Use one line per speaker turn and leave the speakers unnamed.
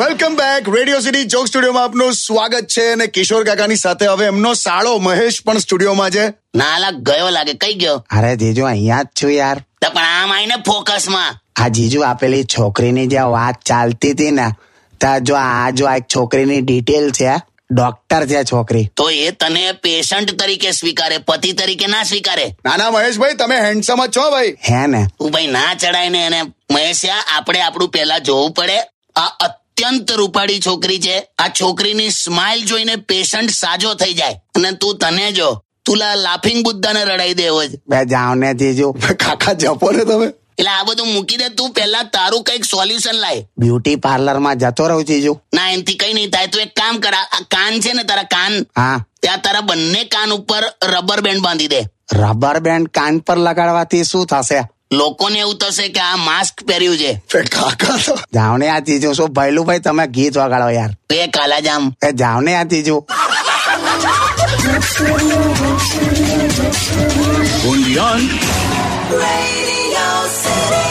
Welcome back Radio City joke સ્ટુડિયોમાં આપનું સ્વાગત છે અને કિશોર કાકાની સાથે હવે એમનો સાળો મહેશ પણ સ્ટુડિયોમાં છે
ના અલા ગયો લાગે કઈ ગયો
અરે જીજુ અહીંયા જ છું યાર
તો પણ આમ આઈને ફોકસમાં
આ જીજુ આપેલી છોકરીની જે વાત ચાલતી હતી ને ત્યાં જો આ જો આ એક છોકરીની ડિટેલ છે ડોક્ટર છે છોકરી
તો એ તને પેશન્ટ તરીકે સ્વીકારે પતિ તરીકે ના સ્વીકારે
નાના મહેશભાઈ તમે હેન્ડસમ જ છો ભાઈ
હે ને
તું ભાઈ ના ચડાય ને એને મહેશ્યા આપણે આપણું પહેલા જોવું પડે આ અત્યંત રૂપાળી છોકરી છે આ છોકરીની સ્માઇલ જોઈને પેશન્ટ સાજો થઈ જાય અને તું તને જો તુલા લાફિંગ બુદ્ધાને રડાઈ દેવો જ
બે જાઓ ને જીજુ
કાકા જપો ને તમે
એટલે આ બધું મૂકી દે તું પહેલા તારું કઈક સોલ્યુશન લાય
બ્યુટી પાર્લર માં જતો રહું જીજુ
ના એનથી કઈ નહીં થાય તું એક કામ કર આ આ કાન છે ને તારા કાન
હા
ત્યાં તારા બંને કાન ઉપર રબર બેન્ડ બાંધી દે
રબર બેન્ડ કાન પર લગાડવાથી શું થશે
લોકોને એવું થશે કે આ માસ્ક પહેર્યું છે
બે કાકા તો
જાઓ ને આ જીજુ શું ભયલું ભાઈ તમે ગીત વગાડો યાર
બે કાલાજામ
એ જાઓ ને આ જીજુ
Radio City.